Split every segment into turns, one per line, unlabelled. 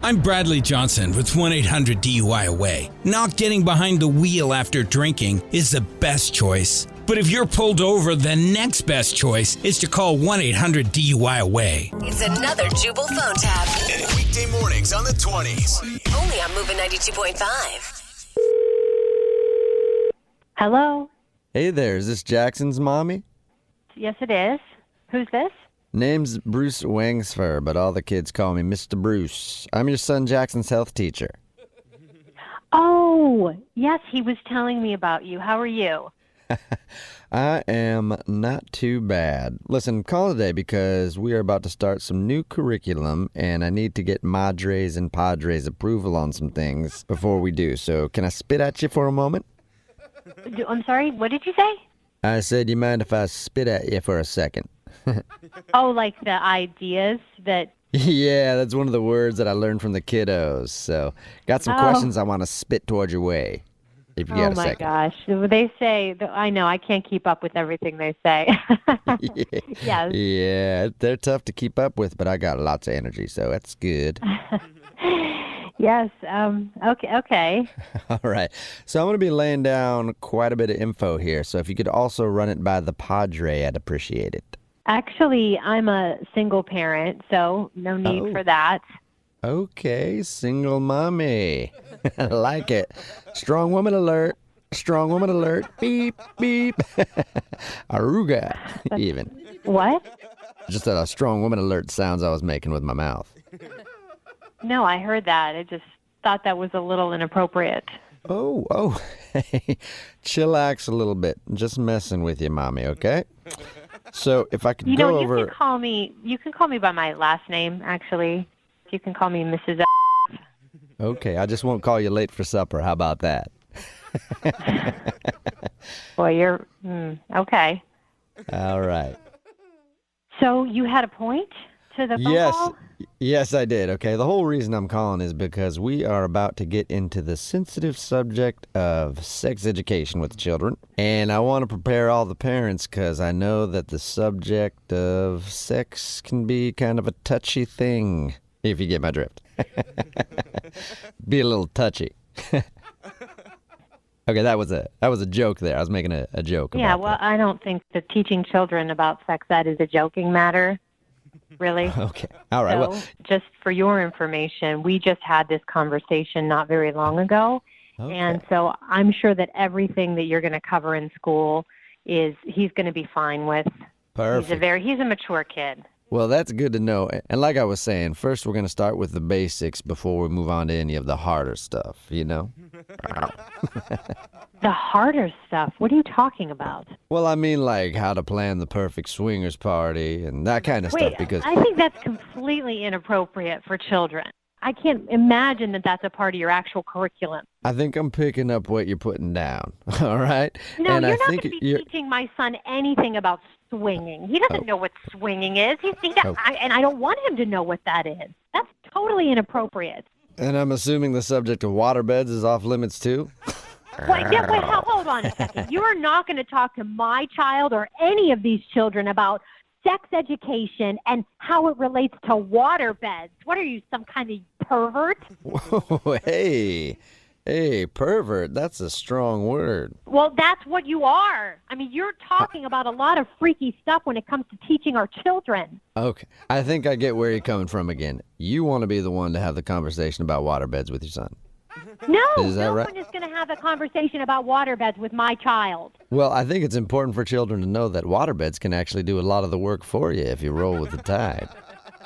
I'm Bradley Johnson with 1 800 DUI Away. Not getting behind the wheel after drinking is the best choice. But if you're pulled over, the next best choice is to call 1 800 DUI Away.
It's another Jubal phone tab.
Weekday mornings on the 20s.
Only on Moving 92.5.
Hello.
Hey there, is this Jackson's mommy?
Yes, it is. Who's this?
Name's Bruce Wangsfer, but all the kids call me Mr. Bruce. I'm your son Jackson's health teacher.
Oh, yes, he was telling me about you. How are you?
I am not too bad. Listen, call today because we are about to start some new curriculum and I need to get Madres and Padres approval on some things before we do. So, can I spit at you for a moment?
D- I'm sorry, what did you say?
I said, you mind if I spit at you for a second?
Oh, like the ideas that.
yeah, that's one of the words that I learned from the kiddos. So, got some
Oh.
questions I want to spit toward your way. If you
oh
got a
my
second.
gosh. They say, I know, I can't keep up with everything they say. yes.
Yeah, they're tough to keep up with, but I got lots of energy, so that's good.
Yes. Um, okay. Okay.
All right. So I'm going to be laying down quite a bit of info here, so if you could also run it by the Padre, I'd appreciate it.
Actually, I'm a single parent, so no need
Oh.
for that.
Okay, single mommy. I like it. Strong woman alert. Strong woman alert. Beep, beep. Aruga, even.
What?
Just a strong woman alert sounds I was making with my mouth.
No, I heard that. I just thought that was a little inappropriate.
Oh, oh. Hey, chillax a little bit. Just messing with you, mommy, okay? So if I could
You
go
know,
over.
you can call me. You can call me by my last name. Actually, you can call me Mrs. A-
Okay, I just won't call you late for supper. How about that?
Boy, you're mm, okay.
All right.
So you had a point to the phone
yes.
call?
Yes, I did. Okay. The whole reason I'm calling is because we are about to get into the sensitive subject of sex education with children. And I want to prepare all the parents because I know that the subject of sex can be kind of a touchy thing, if you get my drift. be a little touchy. okay, that was a that was a joke there. I was making a, a joke.
Yeah.
about
Well, I don't think that teaching children about sex ed is a joking matter. Really.
that. okay. All right. well,
So, just for your information, we just had this conversation not very long ago. And so I'm sure that everything that you're going to cover in school is he's going to be fine with.
perfect.
He's a very he's a mature kid.
Well, that's good to know. And like I was saying, first we're going to start with the basics before we move on to any of the harder stuff, you know?
Mm-hmm. The harder stuff. What are you talking about?
Well, I mean, like how to plan the perfect swingers party and that kind of
Wait,
stuff because.
I think that's completely inappropriate for children. I can't imagine that that's a part of your actual curriculum.
I think I'm picking up what you're putting down. All right.
No,
and
you're
I
not going
think
to be
you're
teaching my son anything about swinging. He doesn't know what swinging is. He's, he, does-
Oh.
I, and I don't want him to know what that is. That's totally inappropriate.
and I'm assuming the subject of waterbeds is off limits too.
Wait, yeah, wait, ho- hold on a second. You are not going to talk to my child or any of these children about sex education and how it relates to water beds. What are you, some kind of pervert?
Whoa, hey. Hey, pervert, that's a strong word.
Well, that's what you are. I mean, you're talking about a lot of freaky stuff when it comes to teaching our children.
Okay. I think I get where you're coming from again. You want to be the one to have the conversation about waterbeds with your son.
No,
Is that
no
right?
one is going to have a conversation about water beds with my child.
Well, I think it's important for children to know that waterbeds can actually do a lot of the work for you if you roll with the tide.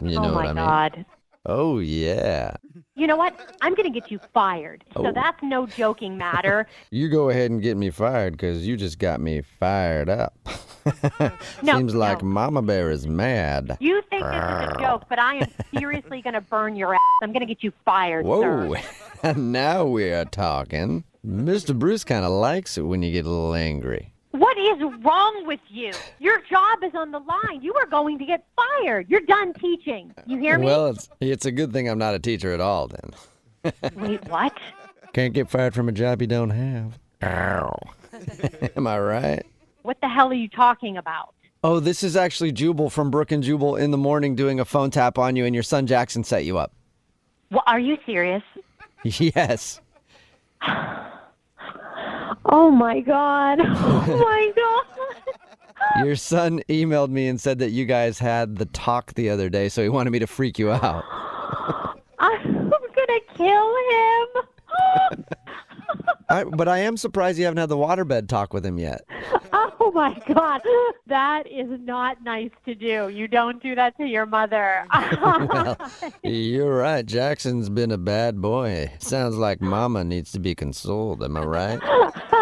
You know
oh my
what I mean?
god.
Oh yeah.
You know what? I'm going to get you fired.
Oh.
So that's no joking matter.
You go ahead and get me fired cuz you just got me fired up.
No,
Seems like
no.
Mama Bear is mad.
you think this is a joke, but I am seriously going to burn your ass. I'm going to get you fired, sir.
Whoa. now we are talking. Mr. Bruce kind of likes it when you get a little angry.
What is wrong with you? Your job is on the line. You are going to get fired. You're done teaching. You hear me?
Well, it's it's a good thing I'm not a teacher at all then.
Wait, what?
Can't get fired from a job you don't have. Ow. Am I right?
What the hell are you talking about?
Oh, this is actually Jubal from Brook and Jubal in the morning doing a phone tap on you, and your son Jackson set you up.
Well, are you serious?
Yes.
Oh my god. Oh my god.
Your son emailed me and said that you guys had the talk the other day, so he wanted me to freak you out.
I'm gonna kill him.
I, but I am surprised you haven't had the waterbed talk with him yet.
Oh my god. That is not nice to do. You don't do that to your mother.
You're right. Jackson's been a bad boy. Sounds like Mama needs to be consoled. Am I right?